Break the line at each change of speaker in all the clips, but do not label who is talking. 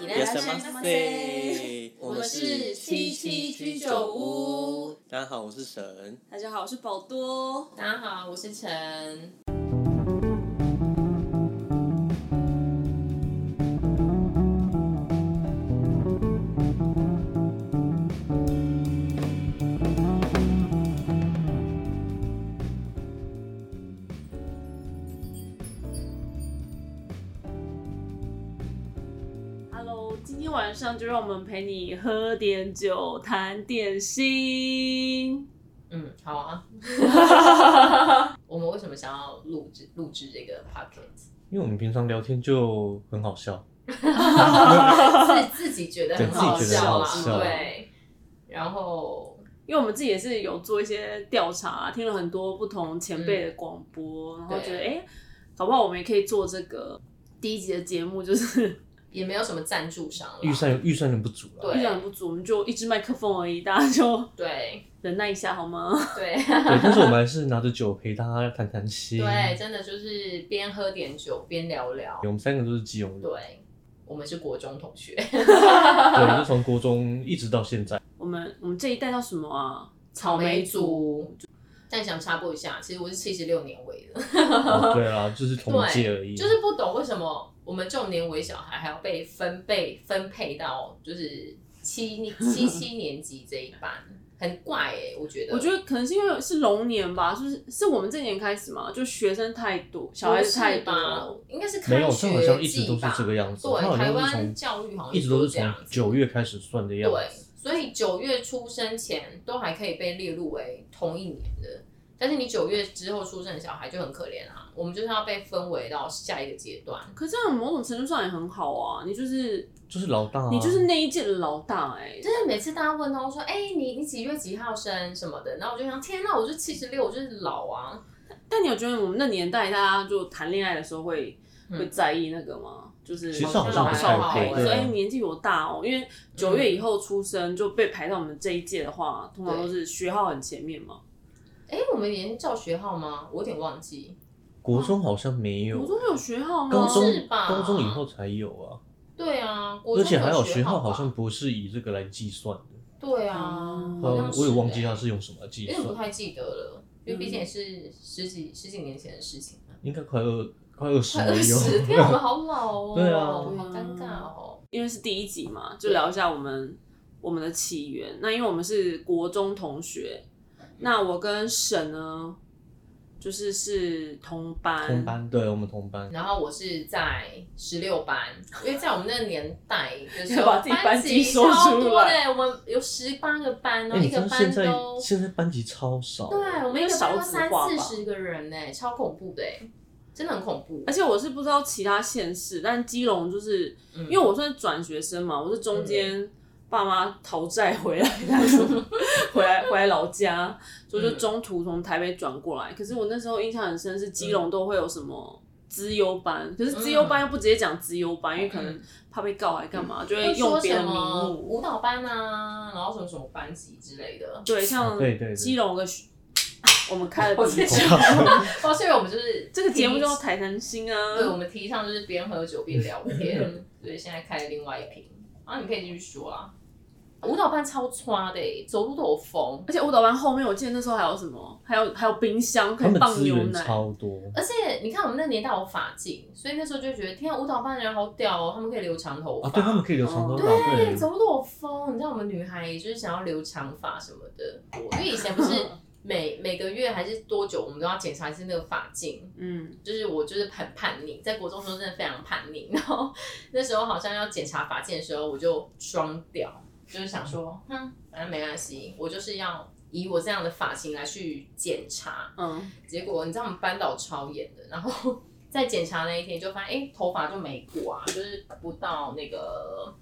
い
いら
ら
っ
っ
し
し
ゃ
ゃ
い
い
ま
ま
せ
せ。
我
我
们
们
是
是
七七
七七
居
居
酒
酒
屋
屋。
大家好，我是神。
大家好，我是宝多。
大家好，我是陈。
Hello，今天晚上就让我们陪你喝点酒，谈点心。
嗯，好 啊。我们为什么想要录制录制这个 podcast？
因为我们平常聊天就很好笑，
自自己觉得很
对
好
自己觉得
笑
很
啦，
好笑
对。然后，
因为我们自己也是有做一些调查、听了很多不同前辈的广播，然后觉得哎、
对
诶搞不好我们也可以做这个第一集的节目，就是
也没有什么赞助商啦
预算预算有点不足了。
啊对
预算不足，我们就一支麦克风而已，大家就
对
忍耐一下好吗？
对
对，但是我们还是拿着酒陪大家谈谈心。
对，，真的就是边喝点酒边聊聊。
我们三个都是基隆人，
对，我们是国中同学，
对，就从国中一直到现 在。
我们我们这一代叫什么啊？草莓族。
族。但想插播一下，其实我是七十六年尾的，
哦对啊，就是同届而已。
就是不懂为什么我们这种年尾小孩还要被分配分配到就是 七七七年级这一班，很怪哎、我觉得。
我觉得可能是因为是龙年吧，就是是我们这年开始嘛，就学生太多，小孩子太多
吧
了，，
应该是开
没有，
学
这好像一直都
季
是
吧
这个样子。它
对，
好像
台
是
湾
从
教育好像
一直都是
这样
从
子
九月开始算的样
对
子。，
所以九月出生前都还可以被列入为同一年的，但是你九月之后出生的小孩就很可怜啊。我们就是要被分为到下一个阶段。
可这样某种程度上也很好啊，你就是、
就是老大啊。
你就是那一届的老大哎、
就是每次大家问到说，哎、你你几月几号生什么的，然后我就想，天哪，我就七十六，我就是老啊。
但你有觉得我们那年代大家就谈恋爱的时候会、
嗯
会在意那个吗？就是
其实好欸
像不太会
会，所
对
以
啊
年纪有大哦，因为九月以后出生就被排到我们这一届的话，通常都是学号很前面嘛。
哎、我们也是叫学号吗？我有点忘记。
国中好像没有
我，都没有学号啊吗？
高中
是吧
高中以后才有啊，
对啊，国
而
中
且还有
有
学
号
号
吧
好像不是以这个来计算的。
对啊，
嗯
好
呃
像，是
我也忘记
欸
它是用什么计
有点不
算，
太记得了，因为毕竟也是
嗯
十几十几年前的事情 了。
应该快二快二十
快二
没有。
十，天啊，我们好老哦，
哎对啊
好尴尬哦。
因为是第一集嘛，就聊一下我们我们的起源。那因为我们是国中同学，那我跟沈呢，就是是同班，
同班，对我们同班。
然后我是在十六班，因为在我们那个年代的时候，
要把自己班级说
超
出
多
来
的，我们有十八个班哦，
哎，
一
你知
个
道现
班
在
都。
现在班级超少，
对，我们一个班
少
都
子
三
化
四
吧
十个人呢、超恐怖的、欸，真的很恐怖。
而且我是不知道其他县市，但基隆就是、
嗯
因为我算是转学生嘛，我是中间爸妈逃债回来的，回来回来老家，所以就
嗯
中途从台北转过来。可是我那时候印象很深，是基
嗯
隆都会有什么。资优班，可是资优班又不直接讲资优班，因为可能怕被告还干嘛，就会
嗯会
用
说
别
什
的名
么
目。
舞蹈班啊，然后什么什么班级之类的。
对，像
啊对对对
基隆有个学， 我们开了
我
第一
是
集，
抱歉，我们就是
这个节目
提
叫台谈心啊。
对，我们提倡就是边喝酒边聊 天。对，现在开另外一瓶，啊，你可以继续说啊。舞蹈班超抓的欸，走路都有风，
而且舞蹈班后面，我记得那时候还有什么，还有还有冰箱可
他
以
们
放
资
牛
源
奶。
超多，
而且你看我们那年代有发镜，所以那时候就觉得，天、啊，舞蹈班的人好屌哦，他们可以留长头发、
啊，对他们可以留长头发，
对，啊
对，
走路都有风。你知道我们女孩就是想要留长发什么的，因为以前不是每每个月还是多久，我们都要检查一次那个发镜，
嗯，
就是我就是很叛逆，在国中的时候真的非常叛逆， 然后那时候好像要检查发件的时候，我就双掉，就是想说，嗯，反正没关系，我就是要以我这样的发型来去检查。
嗯，
结果你知道我们班导超严的，然后 在检查那一天就发现，哎、头发就没过啊，就是不到那个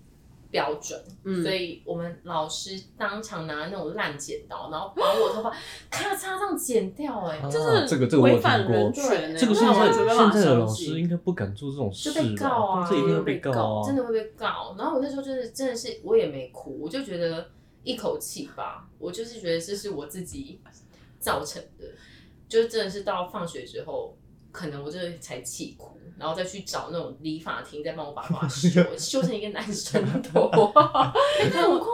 标准，
嗯
所以我们老师当场拿那种烂剪刀，然后把我头发咔嚓这样剪掉、哎、
啊
就是
这个这个我有
违反
听过，
人权欸，
这个
我
现
完
在
全没办
现
法
在的
相
老师应
信。
该不敢做这种事
就被
吧
告啊
这一定会被告啊，
真的会被告。然后我那时候就是真的是我也没哭，我就觉得一口气吧，我就是觉得这是我自己造成的，就真的是到放学之后可能我这才气哭，然后再去找那种理发厅再帮我把头发修修成一个男生头，很夸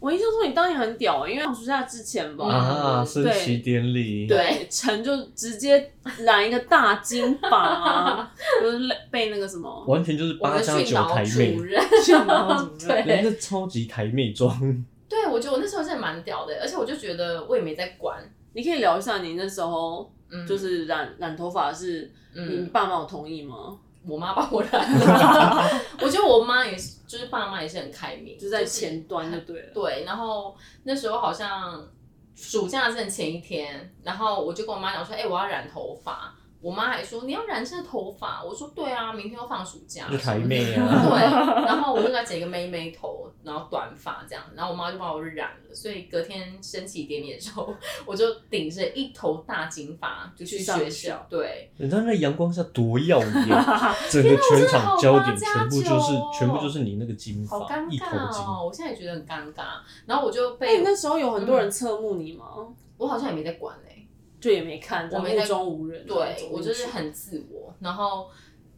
我印象中你当年很屌、欸，因为放暑假之前吧，
啊，
嗯
升
对
旗典礼，
对，陈就直接染一个大金发、啊，就是被那个什么，
完全就是
我
八
们
加
训
九
导
台妹
主，任，
训 导主任
对
人家超级台妹妆，
对，我觉得我那时候真的蛮屌的，而且我就觉得我也没在管，
你可以聊一下你那时候
嗯，
就是染染头发是，你
嗯，
爸妈有同意吗？
我妈帮我染 的，我觉得我妈也是，就是爸妈也是很开明，
就在前端就对 了。
对，然后那时候好像暑假正前一天，然后我就跟我妈讲说，哎、我要染头发。我妈还说你要染这头发，我说对啊，明天要放暑假。
就台妹
对，
啊，
然后我就给她剪一个妹妹头，然后短发这样，然后我妈就帮我染了，所以隔天升旗典礼的时候，我就顶着一头大金发就去
去上
学
校
校。对，
人家那阳光下多耀眼， 整个全场焦点全部就是
天哪我真的好八加九哦
全部就是你那个金
好
发，
尴
一头
尬
金，
哦，我现在也觉得很尴尬。然后我就
哎，
被、
你那时候有很多人侧目你吗？
我好像也没在管哎、
就也没看，
我没
目
在
中无人。啊
对我就是
走进去
很自我，然后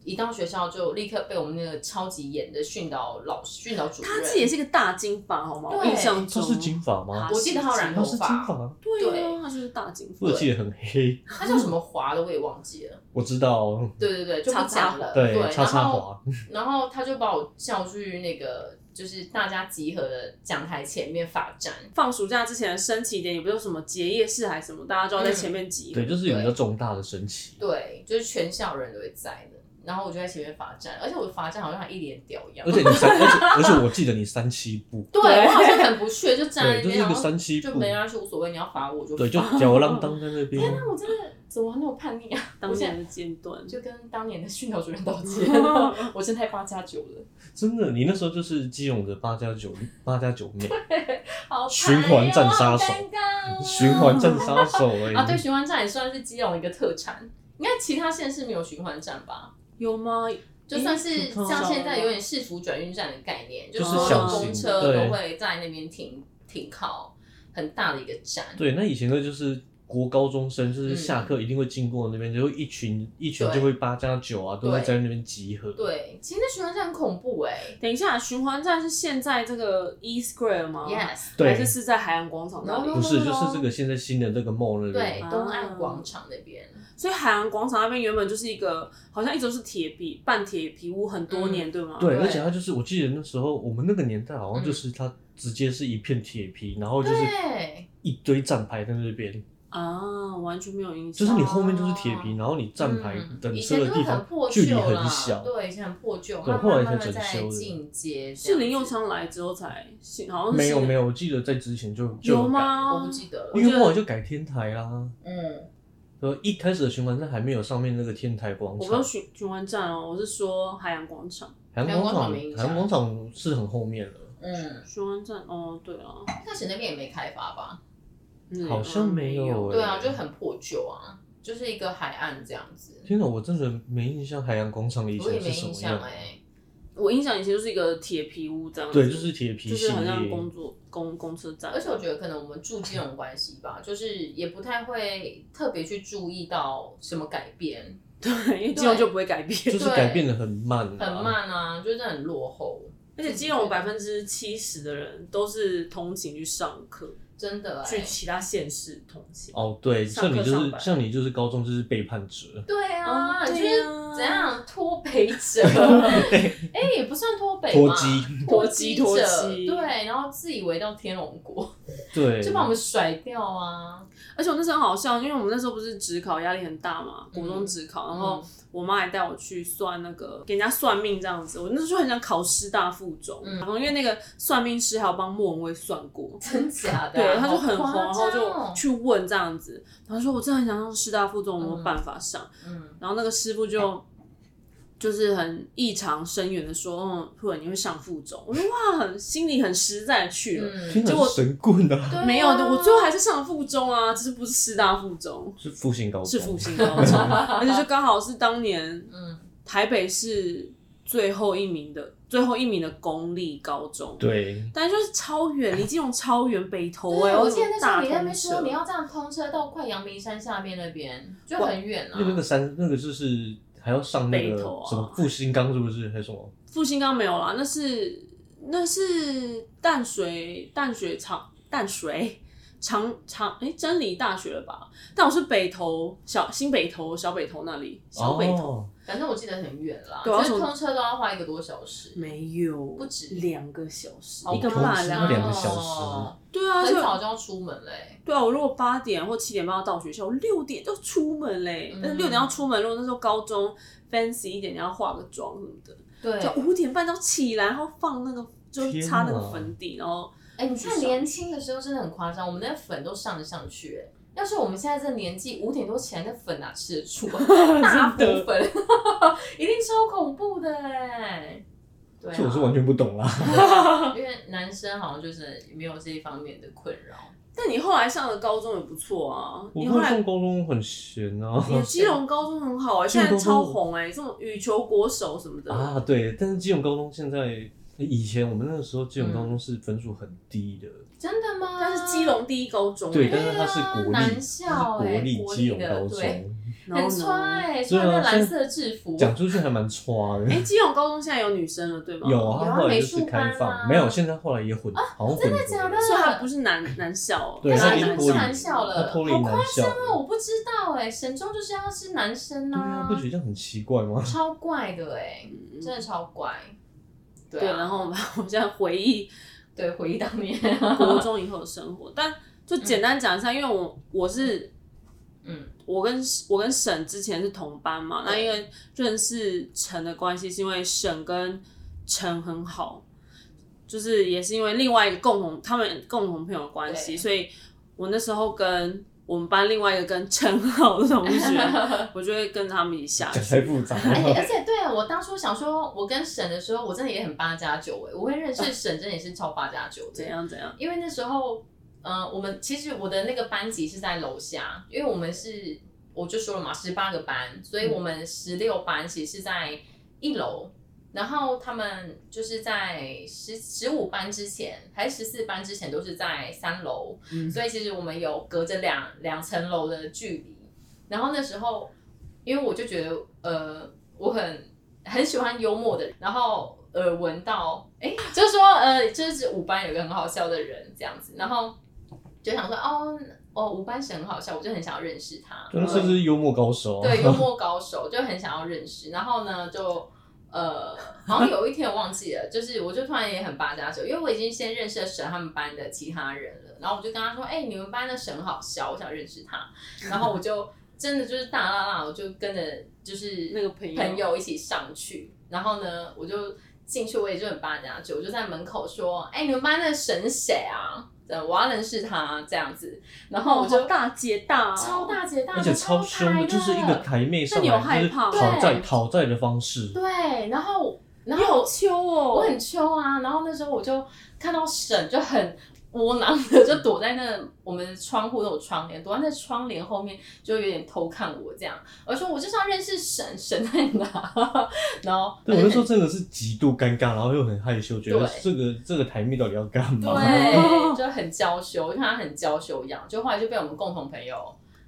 一到学校就立刻被我们那个超级严的训导老师、训导主任，
他自己也是个大金发，好吗？
对
我印象
这
中
是金发吗
好？
我记得他有染
他
头
是金
发，
发，
对啊，他就是大金
我
发。
记得很黑，
他叫什么华的我也忘记了，
我知道，
对对对，就不
叉叉
讲了，
对，叉叉
然后
华，
然后他就把我叫去那个就是大家集合的讲台前面罚站，
放暑假之前的升旗典礼，不是什么结业式还是什么，大家就要在
嗯
前面集合。
对，就是有一个重大的升旗，
对，就是全校人都会在的，然后我就在前面罚站，而且我的罚站好像还一脸屌样
而，且你三，而且而且我记得你三七 步，
对我好像很不屑，就站在那
对，就是
边，
一个
然后
三七
就
步，
没人去无所谓，你要罚我就
对，就
罚
吊儿郎当在那 边，
天哪，我真的怎么那么叛逆啊！
当年的尖端。
就跟当年的训导主任道 歉，我真太八加九了，
真的，你那时候就是基隆的八加九八加九妹，
好
循环战杀手
好尴尬哦
循环战杀手哎、
啊！对，循环战也算是基隆一个特产，应该其他县市没有循环战吧？
有吗？
就算
诶
是
不知道
啊
像现在有点市府转运站的概念，
就是
所有
小
的
型
公车
嗯对
都会在那边停停靠，很大的一个站。
对那以前呢就是国高中生，就是下课一定会经过那边，就会一群一
嗯
群
对
就会八加九啊，都会在那边集合。
对，其实那循环站很恐怖哎、
等一下，循环站是现在这个 E Square 吗
Yes，
对
还是是在海洋广场那里
No, no,
不是，就是这个现在新的这个 mall 那
对
边，，
东岸广场那边。
所以海洋广场那边原本就是一个，好像一直都是铁皮半铁皮屋，很
嗯
多年、对吗？
对，
对嗯
而且它就是我记得那时候我们那个年代好像就是它直接是一片铁皮，然后就是
对
一堆站牌在那边，
啊，完全没有印象。
就是你后面就是铁皮，然后你站牌
嗯
等
以
车
前
的
就
地
是很
方
破
距离
旧
很
啦
小，
对，以前很破旧，
对
慢
后来
慢慢
才
慢
整
在
修的
进阶。
是林佑，昌来之后才，好像是
没有没
有
有，我记得在之前就就
有
改？
我不
吗？
记得了
因。为后来就改天台啦。
嗯，
呃，一开始的循环站还没有上面那个天台广
我不
场
是，循循环站哦，我是说海洋广场
海洋
洋
广
广
场
场没影，响
海洋广场是很后面了，
嗯，
循环站哦，对啊，
开始那边也没开发吧？
嗯
好像没有
有
欸
对啊，就很破旧啊，就是一个海岸这样子。
天哪，我真的没印象海洋广场以
我也
前
没
是什
印
么
象
样。
哎、
我印象以前就是一个铁皮屋这样子，
对，就是铁皮
就是
系
很像
列
工。作公公车站，
而且我觉得可能我们住基隆的关系吧，就是也不太会特别去注意到什么改变，
对，因为基隆就不会改变，
就是改变的很慢、啊，
很。慢啊，就是很落后，
而且基隆百分之七十的人都是通勤去上课，
真的、
去
欸。
其他县市通勤。
哦，对，
上
像
课
你就
上
是
班
像你就是高中就是背叛者，
对啊，
哦
你就
对
是
啊
怎样脱北 者？哎、也不算脱北嘛
脱机，
脱机者，
脱机
对，然后自以为到天龙国，
对，
就把我们甩掉啊。
而且我那时候很好笑，因为我们那时候不是职考压力很大嘛，
嗯
国中职考，然后我妈还带我去算那个给人家算命这样子。我那时候就很想考师大附中，
嗯
然后因为那个算命师还有帮莫文蔚算过。
真假的
对
啊、，
他就很红，
好
然
夸
后
张哦
就去问这样子，然后说我真的很想上师大附中，有没有
嗯
办法上？
嗯
然后那个师傅就就是很异常深远的说，嗯，或者你会上附中。我说哇，很心里很实在地去了。
嗯，
天哪
结果
是神棍啊，
对啊
没有的，我最后还是上了附中啊，只是不是师大附中，
是复兴高 中，
是复兴高中，而且就刚好是当年
嗯
台北市最后一名的最后一名的公立高中，
对，
但就是超远，离基隆超远，北投哎、
对，啊
欸，
我记得那时候你在
在
那边说你要这样通车到快阳明山下面那边，就很远啊
因。为那个山那个就是还要上那个
北投啊
什么复兴岗是不是还是什么？
复兴刚没有啦，那是那是淡水淡水长淡水长长哎、真理大学了吧？但我是北投小新北投小北投那里小北投、
哦，
反正我记得很远啦，
对啊
就是
从
通车都要花一个多小时，
没有
不止
两个小时，
好
一个
夸
半
张
两
哦
两个小时
对啊，
很
就
早就要出门欸嘞、
对啊，我如果八点或七点半要到学校，我六点就出门嘞、
嗯
但是六点要出门，如果那时候高中 fancy 一点，你要化个妆什么的，
对
就五点半就要起来，然后放那个就
天
擦那个
哪
粉底，然后
哎、你看年轻的时候真的很夸张，我们那粉都上得上去、哎，要是我们现在这年纪，五点多起来，那粉哪吃得住啊？大补
真的
粉， 一定超恐怖的哎、对、
这我是完全不懂啦。
啊，因为男生好像就是没有这一方面的困扰。
但你后来上的高中也不错啊，
我
你后
高
来
中高中很闲啊。
你基隆高中很好哎、
基隆
现在
高中
超红哎、这种羽球国手什么的，
啊，对，但是基隆高中现在以前我们那个时候基隆高
嗯
中是分数很低的，
真的吗？
但是基隆第一高中、欸，
对，
对
但
啊
是它是国立，
男
它
校
是
欸
国立
国立
基隆
的
高
对
中，
然
很
后
穿
呢？
哎、
对啊
穿那蓝色制服，
讲出去还蛮差 的
哎、。基隆高中现在有女生了，对吗？
有
有
啊，
啊
他后来
美
就
术
是开
班啊
放，没有，现在后来也混，好像混
真的假的
合了
所以他不是男男校哦，
对
但
他
是
它已
是
他
经
们
脱
男
是
离
男
校。
校了，
它脱离
好夸
男校
张
了
哦！我不知道哎、神州就是要是男生
对
啊
啊，不，觉得这样很奇怪吗？
超怪的哎、
嗯
真的超怪。对
对，
啊，
然后我们我现在回忆
对回忆当年，
国中以后的生活，但就简单讲一下，因为我我是
嗯
我跟我跟沈之前是同班嘛，那因为认识陈的关系，是因为沈跟陈很好，就是也是因为另外一个共同他们共同朋友的关系，
对
所以我那时候跟我们班另外一个跟陈好的同 学，我就会跟他们一起下
讲
去
太。复 杂
哎、
了。
而且对啊，我当初想说，我跟沈的时候，我真的也很八加九哎，我会认识沈，真的也是超八加九的
怎。样怎样？
因为那时候，呃，我们其实我的那个班级是在楼下，因为我们是我就说了嘛，十八个班，所以我们十六班其实是在一楼，然后他们就是在十十五班之前还是十四班之前都是在三楼，
嗯
所以其实我们有隔着两两层楼的距离。然后那时候，因为我就觉得，呃，我很很喜欢幽默的人，然后耳闻到，哎，就是说，呃，就是五班有个很好笑的人这样子，然后就想说，哦，哦，五班是很好笑，我就很想要认识他。
真的是不是幽默高手啊？
对， 幽默高手，就很想要认识。然后呢，就呃，好像有一天我忘记了，就是我就突然也很八加九，因为我已经先认识了沈他们班的其他人了。然后我就跟他说：“哎、你们班的沈好笑，我想认识他。”然后我就真的就是大啦啦，我就跟着就是
那个朋友
朋友一起上去。然后呢，我就进去，我也就很八加九，我就在门口说：“哎、你们班的沈谁啊？”对我要认识他这样子，然后我就、
好大姐大、哦，
超大姐大，
而且超凶
台
的，就是一个台妹上
那你有
来
害
就是
怕吗
讨债
对
讨债的方式。
对，然后然
你好
后
秋哦，
我很秋啊，然后那时候我就看到沈就很窝囊的就躲在那我们窗户都有窗帘，躲在那窗帘后面就有点偷看我这样，我就说我就想认识沈，沈在哪？ 然后
对，我那时候真的是极度尴尬，然后又很害羞，觉得
嗯对
这个这个台妹到底要干嘛？ 啊
对，就很娇羞，就看他很娇羞一样，就后来就被我们共同朋友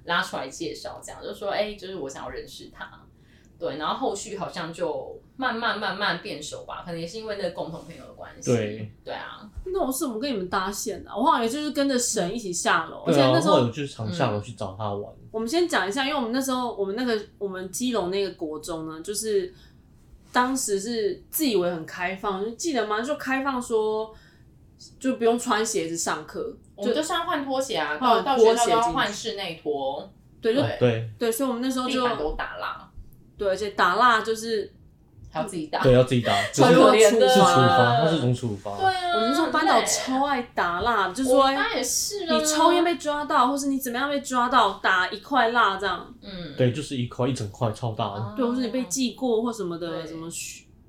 拉出来介绍，这样就说，哎、就是我想要认识他，对，然后后续好像就慢慢慢慢变熟吧，可能也是因为那个共同朋友的关系，
对，
对啊，
那我是怎么跟你们搭线的、我好像也就是跟着神一起下楼，
嗯
而
对
且
啊，
那时
后来
候
我就常下楼去找她玩。
我们先讲一下，因为我们那时候我们那个我们基隆那个国中呢，就是当时是自以为很开放，就记得吗？就开放说就不用穿鞋子上课，
我
就
们就是要换拖鞋啊，
换
到到学
拖
校
鞋
都要
进去
换室内拖，
对就
对
对
对，所以我们那时候
地
就
板都打蜡，
对，而且打蜡就是
还要自己打，
对，要自己打，就
超
是
可
是
怜的
处
啊
罚，它是一种处罚。
对啊，
我们那时候班导超爱打蜡，就说哎
我们班也是啊，
你抽烟被抓到，或是你怎么样被抓到，打一块蜡这样。
嗯，
对，啊就是一块一整块超大的，
对，或是你被记过或什么的，
对
什么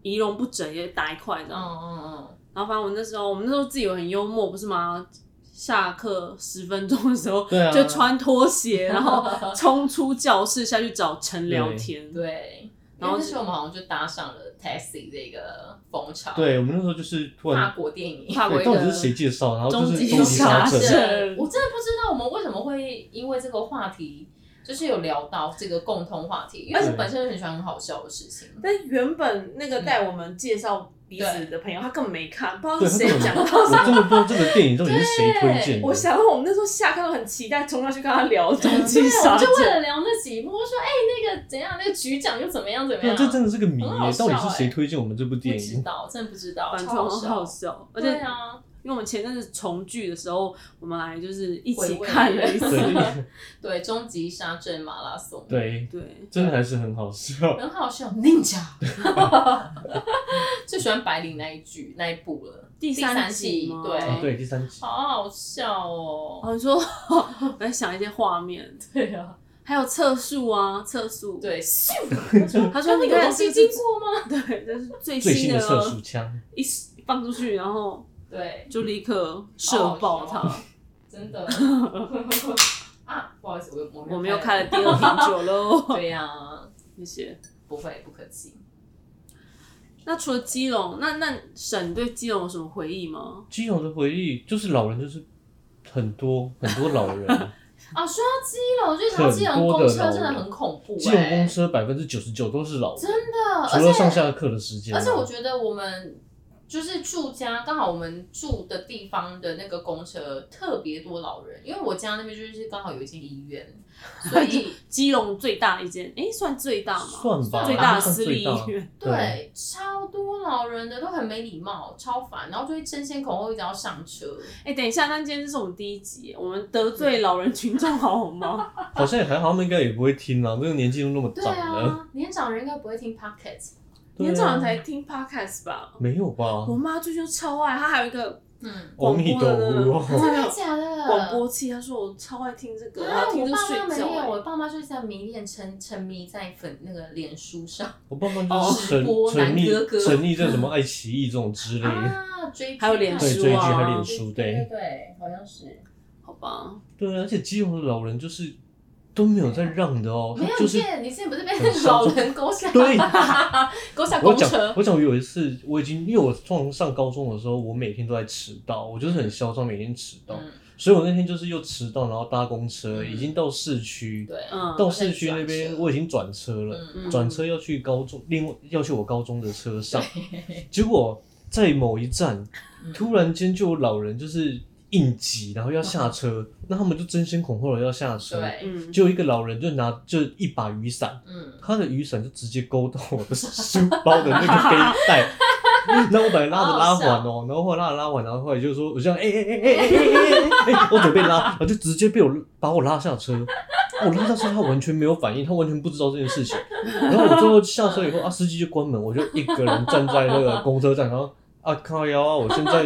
仪容不整也打一块
嗯
这样。
嗯嗯，
然后反正我那时候，我们那时候自己有很幽默，不是吗？下课十分钟的时候，
对啊
就穿拖鞋，然后冲出教室下去找陈聊天。
对，因
然
为
后
那时候我们好像就搭上了 taxi 这个风潮，，
对我们那时候就是突
法
然，
国电影。
法国
对，
一
到底是
个
谁介绍，然后就
终
是
极
终极
杀
杀
阵
阵，
对我真的不知道我们为什么会因为这个话题，就是有聊到这个共通话题，因为我本身就很喜欢很好笑的事情。
但原本那个带我们介绍彼此的朋友，他根本没看，不知道
对，
是
他
谁
根本
讲
我
到
根本不知道这个电影到底是谁推荐的。
我想我们那时候下课都很期待冲上去跟他聊终极
对，啊我
杀
们就为
阵。
了聊那几幕，我说哎、那个怎样，那个局长又怎么样怎么
对
样，
啊，这真的是个谜
很好
耶，
笑
到底是谁
欸
推荐我们这部
不
电
知
影？
道，真的不知道，
反
超
正很好
笑。
笑，而且
对啊，
因为我们前阵子重聚的时候，我们来就是一
回
起
味
看了一次，
对，就是
对，终极沙阵马拉松，，
对，
对，
真的还是很 好笑。
很好笑，Ninja，最喜欢白领那一句那一部了，
第
三
集吗
对
啊，对，第三集，
好好笑哦。
哦，你说我在想一些画面，
对啊，
还有测速啊，测速。，
对，咻，
他说
刚刚
你
有
看
东西
这是
经过吗？
对，这是最
最
新
新
的
的
哦
测速枪，
一放出去，然后
对，
就立刻射
好
爆它。
真 的啊，不好意思，我我
我们
没
又
有
开了第二瓶酒 喽，
对呀、
谢谢。
不会不客气。
那除了基隆，那那沈对基隆有什么回忆吗？
基隆的回忆就是老人，就是很多很多老 人，
啊，说到基隆，就想到基隆公车真的很恐怖、欸，
基隆公车百分之九十九都是老人，
真的，
除
而
了
且
上下课的时间啊。
而且我觉得我们就是住家，刚好我们住的地方的那个公车特别多老人，因为我家那边就是刚好有一间医院，所 以
基隆最大一间，哎，算最大吗？
算吧，
最大的
算
私
最
立
大
医院。
对，
对超多老人的都很没礼貌，超烦，然后就会争先恐后一直要上车。
哎，等一下，那今天这是我们第一集，我们得罪老人群众好吗？
好像也还好，他们应该也不会听啊，这个年纪都那么
对
长了，
啊，年长人应该不会听 Pocket。
对啊
年长人才听 podcast 吧？
没有吧
我？妈最近超爱，她还有一个
嗯，
阿
广
弥
播
陀
的那
佛
个，
真的假的？
广播器，她说我超爱听这个，然
呃啊，
后听
我
着
爸
睡
妈没
觉
有，
欸。
我爸妈就是在迷恋沉沉迷在粉那个脸书上
我爸妈就是沉
哦直播
沉
男哥哥
溺沉溺在什么爱奇艺这种之类的。
啊，追剧
还有脸
对，
书
追剧
啊
还有脸书，
对对
对
对，好像是
好吧，
对，啊而且基隆的老人就是都没有在让的哦，
没有
就
你
是
现在你现在不是被
很
老
少
人勾下，
对
勾下
我
公
讲
车，
我讲，有一次我已经，因为我从上高中的时候，我每天都在迟到，我就是很嚣张，每天迟到，
嗯，
所以我那天就是又迟到，然后搭公车，
嗯
已经到市区，
对，
嗯
到市区那边
转车
我已经转车了，
嗯
转车要去高中，另外要去我高中的 车上，结果在某一站
嗯，
突然间就有老人就是应急，然后要 下车，那他们就争先恐后的要下车，
对，
嗯，
就一个老人就拿就一把雨伞。
嗯，
他的雨伞就直接勾到我的书包的那个背带。那我本来拉着拉环哦，然后后来拉着拉环，然后后来就说，我这样哎哎哎哎哎哎哎哎，我准备拉，然后就直接被我把我拉下车。我拉下车，他完全没有反应，他完全不知道这件事情。然后我最后下车以后啊，司机就关门，我就一个人站在那个公车站，然后啊靠腰啊，我现在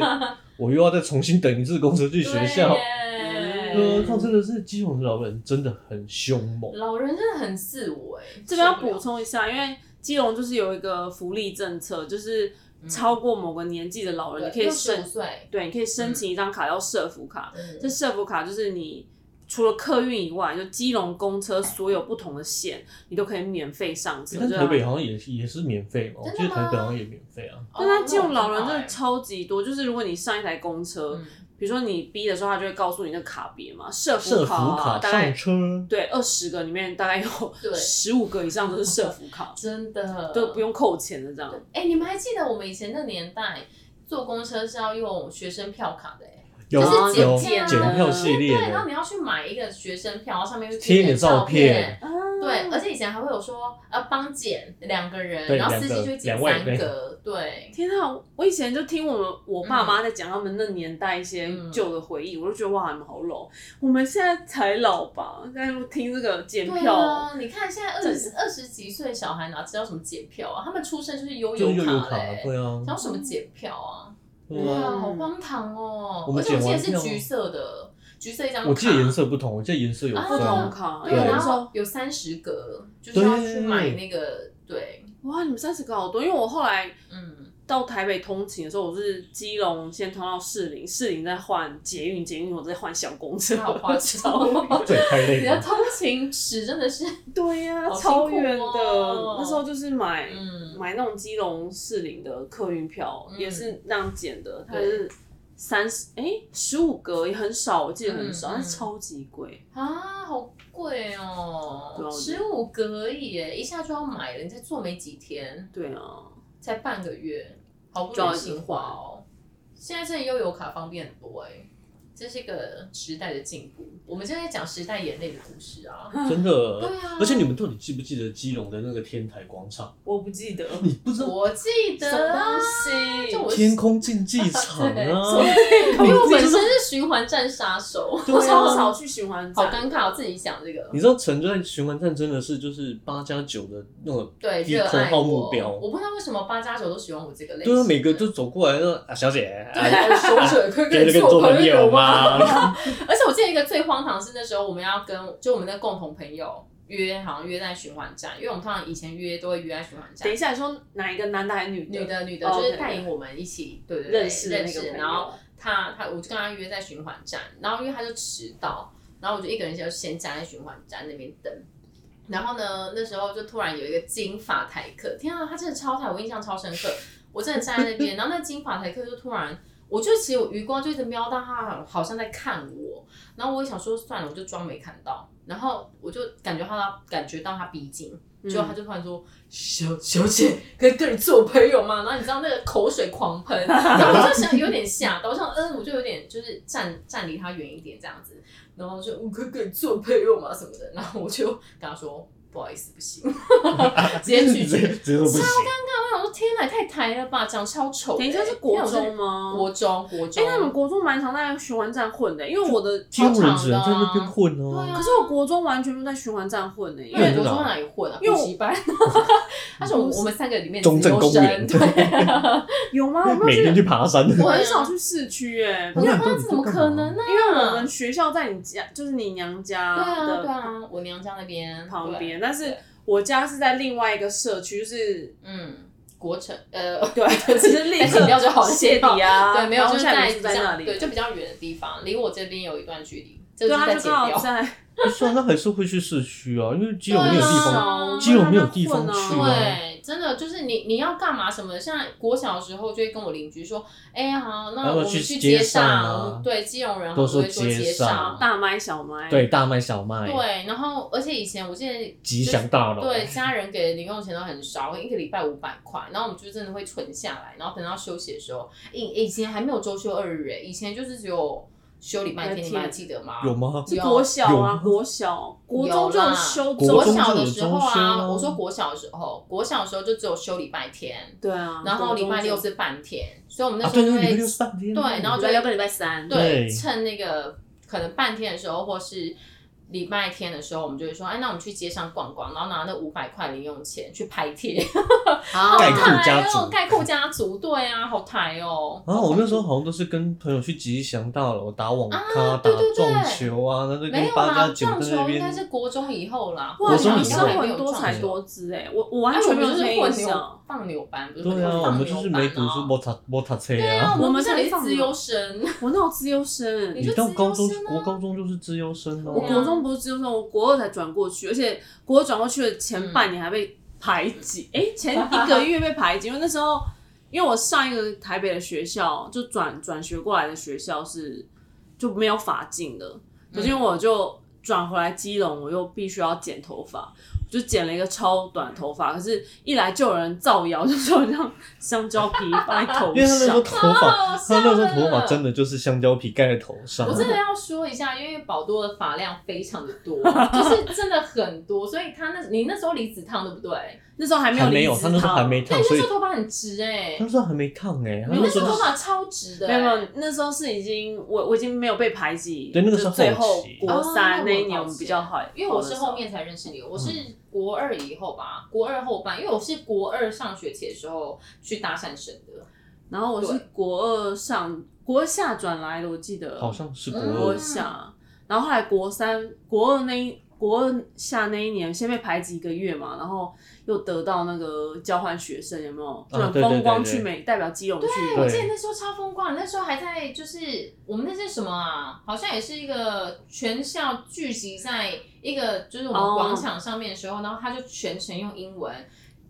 我又要再重新等一次公车去学校
对。
呃，靠，真的是基隆的老人真的很凶猛。
老人真的很自我哎，
这边要
受不了
补充一下，因为基隆就是有一个福利政策，就是超过某个年纪的老人，
对
你可以
65
申，
岁，
对，你可以申请一张卡叫社福卡。
嗯
这社福卡就是你除了客运以外，就基隆公车所有不同的线，你都可以免费上车。
但
就
台北好像也是也是免费嘛，我
真
记
的
得
吗
台北好像也免费啊。
哦
但它基隆老人
那
真
我欸
的
不知道
超级多，就是如果你上一台公车，
欸
比如说你逼的时候，他就会告诉你那卡别嘛，社
社
福
福卡
啊，大概
上车，
对二十个里面大概有
对，
十五个以上都是社福卡
真的
都不用扣钱的这样。
哎、你们还记得我们以前那年代坐公车是要用学生票卡的、欸？
有
就是检
有
票啊
检票系列
对，然后
的，
你要去买一个学生票，上面就
贴
你
你
的
的照
片
片。
啊
对，而且以前还会有说，呃，帮检两个人，
对
然后司机
两个
就会检
两位
三个，对，
天啊！我以前就听我们我爸妈在讲他们那年代一些
嗯
旧的回忆，我就觉得哇，你们好老。我们现在才老吧？现在听这个检
对
票，
啊，你看现在二十二十几岁小孩哪知道什么检票啊？他们出生就是悠
就是悠悠
卡
卡
嘞、，
对啊
然，后什么检票啊？
对
对
啊。
啊，好荒唐哦！
我们
而且我
检
记得
完
是
票
橘色的，橘色一张卡，
我记得颜色不同，我记得颜色有
啊
不
分
同
啊。
卡，因
对，
为
对
我
然
那时候
后有三十个，就是要去
对
买那个，对，
哇，你们三十个好多。因为我后来
嗯，
到台北通勤的时候，我是基隆先通到士林，士林再换捷运，捷运我再换小公车，
好夸张哦
这也 太
你
累
的
了。
通勤史真的是，
对呀、
好辛苦
超
哦
远的。那时候就是买、
嗯，
买那种基隆士林的客运票，
嗯
也是那样捡的，它
对
是三十哎十五格也很少，我记得很少，
嗯
但是超级贵。
啊，好贵
对啊
哦，
我觉得
十五格而已耶，一下就要买了，你才做没几天，
对啊，
才半个月，好不
就要
人性
一直
化
换
哦。现在这悠游卡方便很多哎，这是一个时代的进步。我们现在讲时代眼泪的故事 啊，
真的
对啊，
而且你们到底记不记得基隆的那个天台广场？
我不记 得
你不知道
我记
什
得啊
么东，西，
就我
天空 竞技场
对
啊，
因为我本身是循环战杀手，
我超少去循环
好
站，
尴尬，我自己想这个
你。知道陈在循环站真的是就是八加九的那种
对，
低
热
口
爱
号
我。
目标
我不知道为什么八加九都喜欢我这个类型。
对啊，每个 都走过来说啊，小姐，啊
对手指 可以
跟
跟
着
你
跟
做
做朋
朋
友
友
吗？
吗？ 而且我记得一个最荒唐的是那时候我们要跟就我们的共同朋友约，好像约在循环站，因为我们通常以前约都会约在循环站
等一。下，你说哪一个男的还是女的？
女的，女的，
哦
就是
，OK，
带领我们一起，对对对，
认识的
认
那个
识，
朋友
然后他他，我就跟他约在循环站，然后因为他就迟到，然后我就一个人就先站在循环站那边等。然后呢，那时候就突然有一个金发台客，天啊，他真的超台，我印象超深刻。我真的站在那边，然后那金发台客就突然，我就其实我余光就一直瞄到他，好像在看我。然后我也想说算了，我就装没看到。然后我就感觉他感觉到他逼近，
嗯
结果他就突然说：“小小姐，可以跟你做朋友吗？”然后你知道那个口水狂喷，然后我就想有点吓到，我想嗯，我就有点就是站站离他远一点这样子，然后就我可以跟你做朋友吗什么的，然后我就跟他说不好意思不 行，直接拒绝。
直接说不行。
我想说天哪，也太抬了吧，长超丑的、
等一下是国中吗？
国中国
哎、
中，
那你们国中蛮常在循环站混的，因为我的，
基隆人只能在那边
好
混
长的啊
哦、
啊对啊
可是我国中完全不在循环站混的、因
因为
为
国中哪里混啊？
因为
补
我
习 班，他说我我们三个里面
中正公园
只有神对，啊
有吗？我没
每
有
天
去，
去爬山。
我很少去市区哎、
我
那
想
你到
那
底在
怎么
干
可
嘛
能呢？
因为我们学校在你家，就是你娘
对
家
啊对
的
啊，我娘家那边
旁，
对
边，
啊
但是
对
我家是在另外一个社区，就是
嗯，国城呃，
对，就是
但
立
是哎
刻
比 较就好
谢底啊，
对，没有
然后
就是
现在
在
民宿
比
在那
较
里，
对，就比较远的地方，离我这边有一段距离，这
对，
就是
啊他
在
就
剪
刚好
掉。
在
算那还是会去市区啊，因为基隆没有地
对
方。
啊
基隆没有地方
去
去啊
对，真的就是你你要干嘛什么的，像国小的时候就会跟我邻居说，哎、好，那
要不
我
要
们
去
去
街
上，
上啊
我们对，基隆人好
都
像会
说
说
街
街
上
上，
大麦小麦，
啊对，大麦小麦，
对，然后而且以前我记得
吉祥大楼，
对，家人给的零用钱都很少，一个礼拜五百块，然后我们就真的会存下来，然后等到休息的时候，以以前还没有周休二日欸诶，以前就是只有休礼拜天，你们还记得吗？
有吗？
是国小
有
啊，国小国
有
中就有
啦
修
国
国
中
小
就
的
有
时候
中休
啊，
啊
我说国小的时候，国小的时候就只有休礼拜天，
对啊，
然后
国中
礼拜六
就是
半天，所以我们那
啊，
时候
对，
就
那礼拜
会、
六是半天。
对然后
礼拜六跟礼拜三，
对
对
趁那个可能半天的时候，或是礼拜天的时候，我们就会说，哎，那我们去街上逛逛，然后拿那五百块零用钱去拍贴，
好
概概括
好
括
抬
家
哦
族
概括家族，对啊，好抬哦。
然啊后我那时候好像都是跟朋友去吉祥大楼打网咖、打
啊对对对
撞球啊，那就
没
跟
有
八
啦，
加九
撞
在那
球应
边
该是国中以后啦。
哇，
国中
你
以
生
后
活很多才多姿哎、我我
哦哎，
完
我
全没有
们就
这
是
个
混
印
牛
象。
放牛班，不是
对啊，我们就是没读书，
吗？
摩擦摩擦车
对啊，
啊。
我
我
们
们
这
才
里
放
自
牛
由生，
我那有自由生
你，就
你到高中
自由，生啊
国高中就是自由生
对啊
哦
我国中不是自由生，我国二才转过去，而且国二转过去的
嗯
前半年还被排挤，哎、前一个月被排挤，因为那时候因为我上一个台北的学校就转转学过来的学校是就没有法禁的，
嗯
可是因为我就转回来基隆，我又必须要剪头发。就剪了一个超短头发，可是，一来就有人造谣，就说我像香蕉皮放在头上，
因为他那时候头发，他
笑
那时候头
的
发真的就是香蕉皮盖在头上
我。真的要说一下，因为宝多的发量非常的多，就是真的很多，所以他那你那时候离子烫对不对？
那时候还没有
还没
离
有，
职
他那时候
烫
还没
但
烫，
你那
所以
时候头发很直哎、
他那时候还没烫哎，他
你那
那
时
时
候
候
头
就是
发超直的、
没
欸，
有没有，那时候是已经我我已经没有被排挤，
对那个是
就最
后
后
期
国
哦
三那一
那我
年我
了
们
解
比较好，
因为我是后面才认识你，我是国二以后吧，国二后半，因为我是国二上学期的时候去搭讪生的，
然后我是国二上国二下转来的，我记得
好像是国
国
二
二下，然后后来国三国二那一国二下那一年，先被排挤一个月嘛，然后又得到那个交换学生，有没有？就很
啊对对
风光
对
去
对
美，代表基隆去。
对，我记得那时候超风光，那时候还在就是我们那是什么啊？好像也是一个全校聚集在一个就是我们
哦
广场上面的时候，然后他就全程用英文，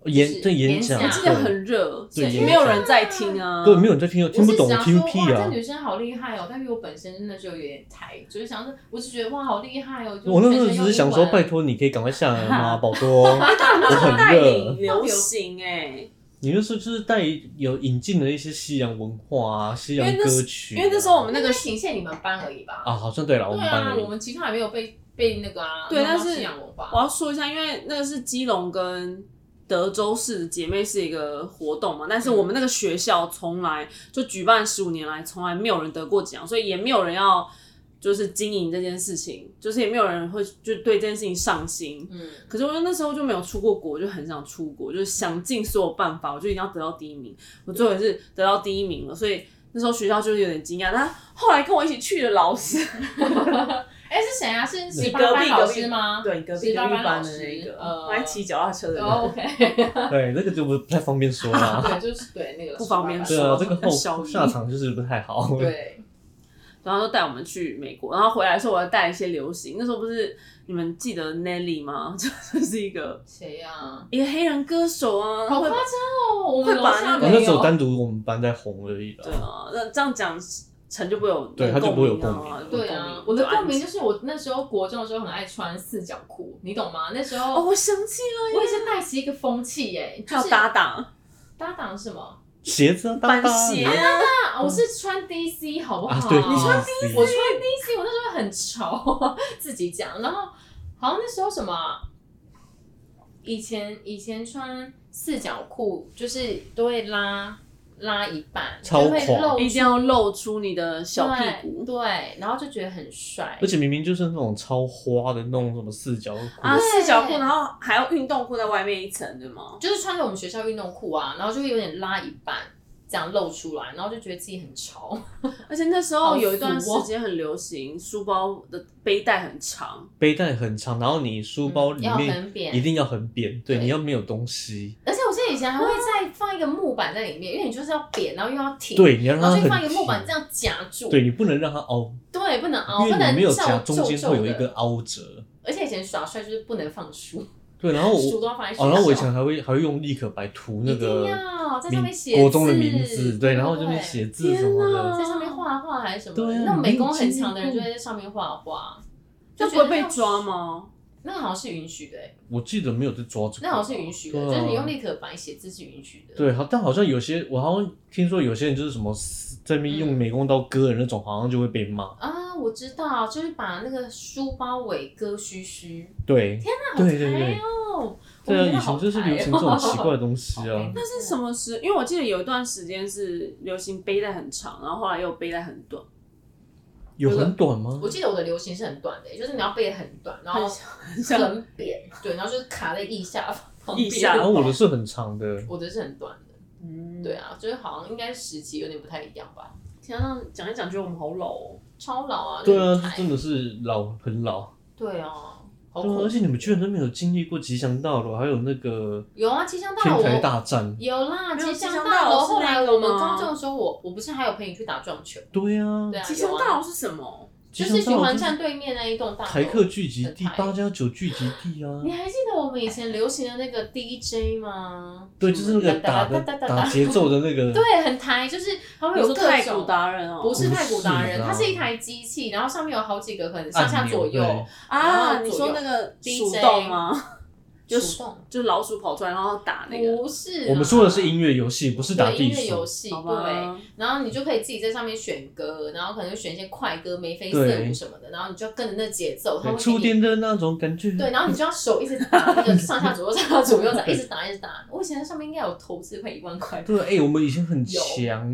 演对演
演
讲，
讲
我记得
对
很热，所
对
以
也
没有人在听啊。
对，没有人在听，又听不懂
我，是
听
想说
屁
哇，
啊
这！女生好厉害哦！但是我本身真的就有点抬，就是想说，我只觉得哇，好厉害哦！就是
我那时候
全程
只
用
是想
英
说，
文
拜托你可以赶快下来吗，宝多，
他
我
们
很
带领
热。
流行哎、
你那时候就是带有引进了一些西洋文化啊，西洋
因为那
歌曲啊，
因为那时候我们
那个
那个
仅限你们班而已吧？
啊，好像对了，我
对
们班
啊，
而已
我们其他还没有被被那个啊，
对
弄到
但是
西洋文化
我要说一下，因为那个是基隆跟德州市的姐妹是一个活动嘛，但是我们那个学校从来就举办十五年来，从来没有人得过奖，所以也没有人要就是经营这件事情，就是也没有人会就对这件事情上心。
嗯，
可是我那时候就没有出过国，我就很想出国，就是想尽所有办法，我就一定要得到第一名。我最后也是得到第一名了，所以那时候学校就是有点惊讶。但后来跟我一起去的老师，
哎，是谁啊？是十
你
八
隔
班
壁
老
隔壁
师吗？
对隔壁
十
隔
八
壁
班老
班
师
的那个，
呃
嗯还骑脚踏车的那个。
哦 OK，
对那个就不太方便说啦。
对，就是 对那个
不方便
18班
对啊，
说
这个
要消
后
音
下场就是不太好。
对，
然后就带我们去美国，然后回来的时候我要带一些流行。那时候不是你们记得 Nelly 吗？ 就是一个
谁呀？
一个黑人歌手啊，
好
会
夸张哦！我们
会
楼
把
下
那
我
没
个
那时候
有。
单独我们班在红而已
对
啦。
啊，那这样讲陈就不会有
对他就不会有
共鸣
共
啊，
鸣
有
对啊，我的共鸣就是我那时候国中的时候很爱穿四角裤，你懂吗？那时
哦，
候
我想起了耶，
我也是带起一个风气耶，就
还有
是
搭档
搭档是什么？
鞋子啊，搭
板
搭
鞋
啊
啊，
啊，我是穿 DC 好不好？
啊，对，
我穿 DC，我那时候很潮，自己讲。然后好像那时候什么啊，以前以前穿四角裤就是都会拉拉一半，
超
就会
垮
露
一定要露出你的小屁股
对，对，然后就觉得很帅
而。且明明就是那种超花的那种什么四角裤，
啊，
对
四角裤，然后还要运动裤在外面一层，对吗？
就是穿着我们学校运动裤啊，然后就会有点拉一半，这样露出来，然后就觉得自己很潮。
而且那时候
好
有一段时
俗哦
间很流行，书包的背带很长，
背带很长，然后你书包里
嗯要
面
很扁，
一定要很扁，对，
对
你要没有东西，
而且我记得以前还会再放一个木板在里面，因为你就是要扁，然后又要挺，，
对，你要
然
让
后
它
就
很
放一个木板这
平，
样夹住，
对你不能让它凹，
对，不能凹，
因
不
为
能
你没有
皱
夹，中间
皱皱
会有一
的
个凹折。
而且以前耍帅就是不能放书，
对，然后
书
我
都要放在学校。
哦，然后我以前还会还会用立可白涂那
一定
个
要在上面写
名国中的名
字
字，对，然后
对
这
不
边
对
写字什么
天哪
的，
在上面画画还是什么
对
的
啊，
那种美
你没有
工很强的人
经
就
历
会在上面画画，
就
就
不
觉得
会被
那
抓吗？
那个好像是允许的欸，
我记得没有在抓这个，
那好像是允许的，
对啊
就是你用立可白写字是允许的。
对，好，但好像有些我好像听说有些人就是什么撕在那
嗯
边用美工刀割人那种，好像就会被骂。
啊，我知道，就是把那个书包尾割须须，
对，啊
那好
对对对
抬哦。我
对
觉得
啊，以前就是
好抬
流行这种奇怪的
哦。。
东西啊
那是什么时？因为我记得有一段时间是流行背带很长，然后后来又背带很短，
有很短吗
我？记得我的流行是很短的，就是你要背得很短，然后
很 像
很扁，对，然后就是卡在腋下旁边。
腋下
然后我的是很长的，
我的是很短的，
嗯，
对。啊，就是好像应该时期有点不太一样吧，
天啊，讲一讲觉得我们好老哦。
超老啊，
对啊，
人才
真的是老很老。
对啊，好
对啊，
苦。
而且你们居然都没有经历过吉祥大楼，还有那个
有啊，吉祥大
天
楼
台
我
大战。
有啦，
没有
吉
吉
祥
祥
大
大
楼
楼
后
是
来
那个
我们
吗
高中的时候，我我不是还有陪你去打撞球，
对啊
对，啊，
吉祥
有啊
嗯大楼是什么？
就是循环
就是
站对面那一栋大楼。
台客聚集地
很、台
八加九聚集 地啊
你。还记得我们以前流行的那个 DJ 吗？
对，就是那个打的打节奏的那个。
对，很台，就是它会
你
有
说
各
太古
种。
达人哦？
不是太古达人，
不是啊
它是一台机器，然后上面有好几个很上
按
下左
钮对
右，然
啊，
后
你
左
说
右
那个
DJ
鼠洞吗？就
鼠
鼠
动
就老鼠跑出来，然后打那个。
不是啦，
我们说的是音乐游戏，不是打
对
地
音乐游
鼠。
戏，
好吧
对。，然后你就可以自己在上面选歌，然后可能选一些快歌、眉飞色舞
对
什么的，然后你就跟着那节奏，它
对，
会
触
给你
电的那种感觉。
对，然后你就要手一直打那个上下左右、上下左右，这样一直打一直打。我以前在上面应该有投资快一万块吧。
对，哎、我们以前很强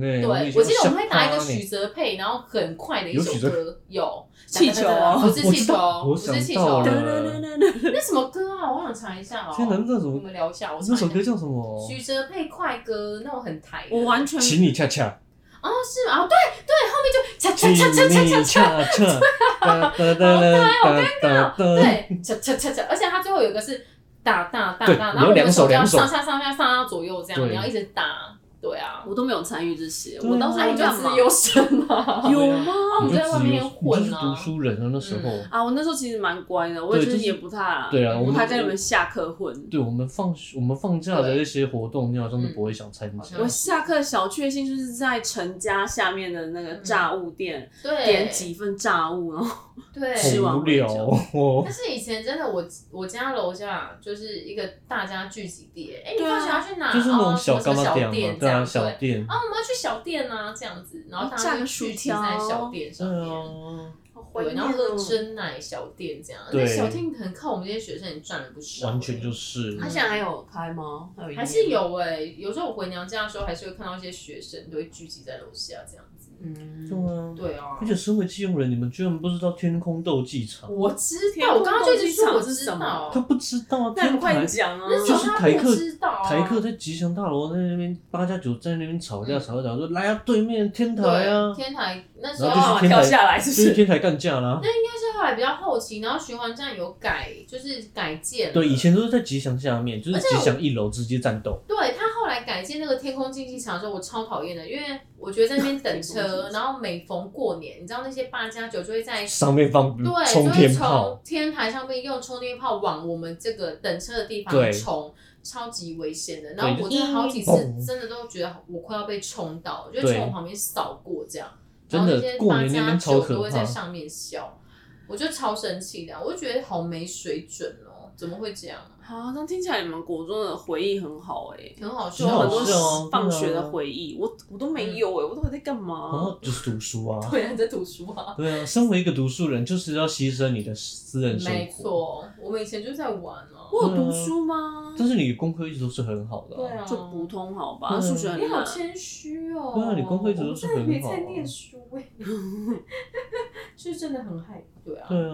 哎、
对，
们以前
我记得我们会
下
打一个
趴呢
许泽佩，然后很快的一首
有许泽
歌，有
气球哦
不是
我
气
知
球
道，
不
我
是气
想到
球
了，
那什么歌啊？我想查一下哦。
天哪，那首
我们聊一下，我查一
哎那
下
首歌叫什么？
许泽佩快歌，那种很台的。
我完全
请你恰恰。
哦，是啊，对对，后面就恰恰恰恰
亲
恰恰
密
恰。哦
恰恰，哒哒哒哒哒哒，
对，恰恰恰恰，而且它最后有一个是打打打
对
打，
你
然后
要
我
两
们
手
手
两
要
手
上下上下上下左右这样，
对
你要一直打，对啊，
我都没有参与这些，
对啊
我当时
那
在
你就
干
自
嘛？
由身啊，
有
对啊
吗？
我们
你就
在外
只
面
有
混
你就是
啊
读书人啊，那时候。
啊，我那时候其实蛮乖的，我也
对
就
就是是
也不太，
对啊，
嗯
我
我
们
还在你们下课混。
对我们放我们放假的那些活动，你好像都不会想参加。
嗯
我下课小确幸就是在陈家下面的那个炸物店、
对，
点几份炸物，然后
对，
吃完
好无聊
啊
哦
但，是以前真的我，我家楼下就是一个大家聚集地。哎、你
对啊
放学要去哪？
就是那
哦
种
什么什
干
么
妈
小
嘛，
这
对啊，
样
小哦
对。
店，
啊，我们要去小店啊，这样子，然后
炸
大家
个
就
薯
聚集在
条
小店上
对
面。
啊，
好怀
对，
念
然后喝
哦。
真奶小店这样，
对
那小店可能靠我们这些学生也赚了不少、欸
完全就是
他现在还有开吗？还有营业吗
还是，有哎、有时候我回娘家的时候，还是会看到一些学生都会聚集在楼下这样子。
对
嗯，
啊。
对啊
而，且身为基隆人，你们居然不知道天空斗技场？
我知
天
道，
空
我刚刚就一直说
斗
我
鸡场
知
是什么
道
他，不知道啊，
那你
天
快
台
讲啊！
那时
就
候
是
他
台
不
客
知道、啊，
台客在吉祥大楼在那边八加九在那边吵架，
嗯
吵一吵说来啊，对面天台啊
对，，天台那时
然后就
候
是
哦
天
跳
台
下来是
就
不
是
是？
天台干架啦。
但是后来比较后期，然后循环站有改，就是改建了。
对，以前都是在吉祥下面，就是
而且
吉
我
祥一楼直接战斗。
对他后来改建那个天空竞技场的时候，我超讨厌的，因为我觉得在那边等
天空竞 技
车，
场
然后每逢过年，你知道那些八加九就会在
上面放
哎对，就
嗯冲
会
天
从哦
炮，
天台上面用充电炮往我们这个等车的地
对
方冲，超级危险的。然后
对
我真的好几次
嘣
真的都觉得我快要被冲到，就
对
从我旁边扫过这样。
真的
然后
过
那
年
些
那
八
边超
加九
可
都会在
怕。
上面笑，我就超生气的，我就觉得好没水准哦，怎么会这样啊？
好，那听起来你们国中的回忆很好哎，
很好
就
笑
有
啊，
很
是哦
多放学
对啊
的回忆，我我都没有哎，我到底在干
然后
嘛？
就是读书啊，
对啊，在读书啊。
对啊，身为一个读书人，就是要牺牲你的私人生
没
活。
错，我们以前就在玩啊。
我有读书吗？
但是你功课一直都是很好的、
对啊，
就普。通好吧，
嗯
数学很
你好
烂。
谦虚哦。
对啊你功课一直都是很好啊
我真的没在念书哎， 是真的很害对啊
对，啊，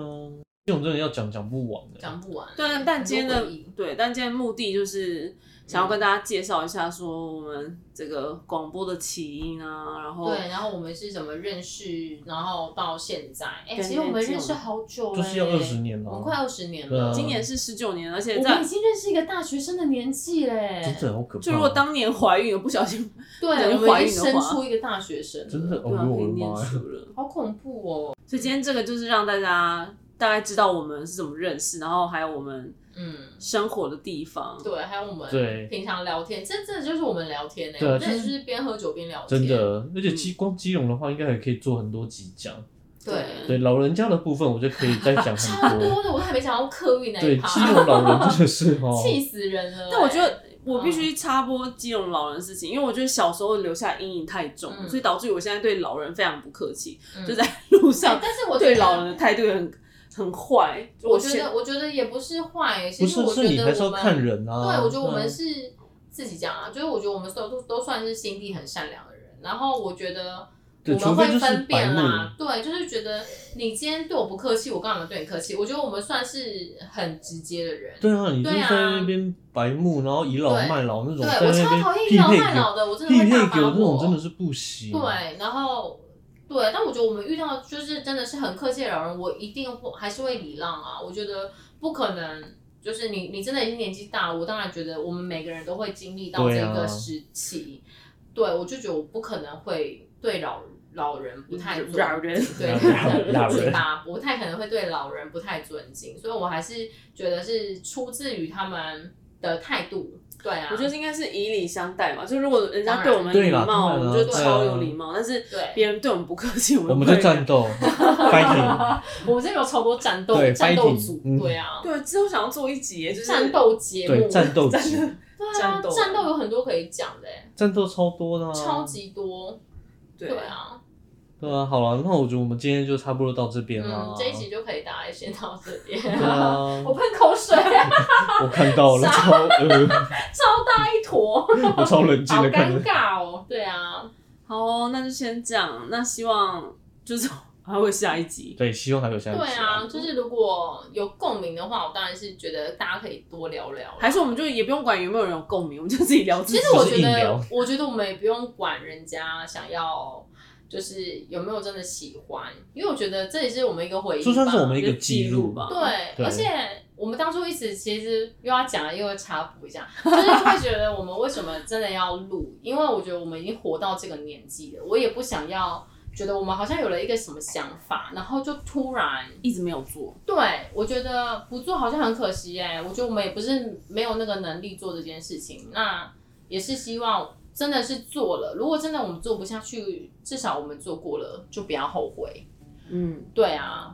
这种真的要讲讲不完欸的、
讲不完。
但啊但今天
很
的
多回忆
对，但今天的目的就是想要跟大家介绍一下，说我们这个广播的起因啊，然后
对，然后我们是怎么认识，然后到现在，哎，
对
其实我们认识好久了，欸
就是要20年了
我们快二十年
对啊
了。
今年是十九年，而且
我们
在
已经认识一个大学生的年纪嘞，
真的好可怕。
就如果当年怀孕了，不小心
对，我
不小心怀
们已
孕
经
的
生
话，
出一个大学生了，
真的，哦
对啊，
呦我
可以
的
念
妈呀！
书了。
好恐怖哦。
所以今天这个就是让大家大概知道我们是怎么认识，然后还有我们
嗯，
生活的地方。
对，还有我们
对
平常聊天，这真的就是我们聊天呢、
对啊
我们真的
就是
就是边喝酒边聊天，嗯
真，的，而且基光基隆的话，应该还可以做很多集讲。
对，
对老人家的部分，我就可以再讲
超
很多。
嗯多的，我都还没讲到客运那
对
一
基
趴，
隆老人真的是哦，
气死人了、欸
但我觉
嗯
得我必须插播基隆老人的事情，因为我觉得小时候留下阴影太重，
嗯
所以导致于我现在对老人非常不客气，
嗯
就在路
哎
上
但是我觉得
对老人的态度也很很坏。
我觉
现
得我觉得也不是坏、欸其
不
实
是
我觉
是你
得
还是
我
要
们，
看人啊。
对我觉得我们
嗯
是自己讲啊，就是我觉得我们都都都算是心地很善良的人，然后我觉得。
对
我们
除非
会
就是
分辨啦，
白
对，就是觉得你今天对我不客气，我干嘛对你客气？我觉得我们算是很直接的人，
对啊，你就是
对啊
在那边白目，然后倚老卖老那种，在
对我
那
超
边
讨厌倚
匹
老
配
卖
狗，
老的，我真的
匹
会
配
大
狗
发火。
那种真的是不行。
对，然后对，但我觉得我们遇到就是真的是很客气的老人，我一定会还是会礼让啊。我觉得不可能，就是你你真的已经年纪大了，我当然觉得我们每个人都会经历到
对
这
啊
个时期。对,、我就觉得我不可能会对老老人不太尊
老人
对
老
老
人
人吧，不太可能会对老人不太尊敬，所以我还是觉得是出自于他们的态度。对啊，
我觉得应该是以礼相待嘛，就如果人家
当然
对我们礼
对啦
貌，
当
我
然啊
们就
对啊
超有礼貌；但是
对
别人对我们不客气，
我
我
们
会
就 战斗，fighting，
我们这边有超多战斗
对
战斗
fighting，
组，
嗯
对啊，
对，之后想要做一集耶，就是
战斗节目，
对战斗
真
值，
的
对
战
啊
斗，
战斗有很多可以讲的欸，
战斗超多的啊，
超级多，
对
对啊，
对啊，好了，那我觉得我们今天就差不多到这边啦
嗯，。这一集就可以大家先到这 边，
对啊，
我喷口 水，
我看到了，超呃，
超大一坨，
我超冷静
好
的看
尴
着。
尬哦，对啊，
好哦，那就先这样。那希望就是还会有下一集。
对，希望还有下一集。
对啊，，就是如果有共鸣的话，我当然是觉得大家可以多聊聊啦，
还是我们就也不用管有没有人有共鸣，我们就自己聊自
其
己。
实我
就是
觉
硬
得
聊，
我觉得我们也不用管人家想要就是有没有真的喜欢，因为我觉得这也是我们一个回忆吧，
这算是我们一个
就记
记
录
录
吧
对，
对
而且我们当初一直其实又要讲又要插补一下，就是会觉得我们为什么真的要录？因为我觉得我们已经活到这个年纪了，我也不想要觉得我们好像有了一个什么想法，然后就突然
一直没有做。
对，我觉得不做好像很可惜哎、我觉得我们也不是没有那个能力做这件事情，那也是希望真的是做了，如果真的我们做不下去，至少我们做过了，就不要后悔。
嗯，
对啊，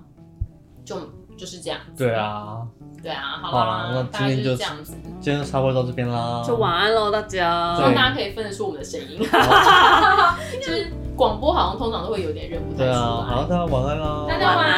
就就是这样。
对啊，
对啊，好
好
啦，
啦那
大概
今
就
天
是
就
这样子，
今天就差不多到这边啦，
就晚安喽，大家。
希望
嗯对
大家可以分得出我们的声音，
好。
就是广播好像通常都会有点认不太
对
出
啊，好，
来。
大家晚安啦，
大家晚安。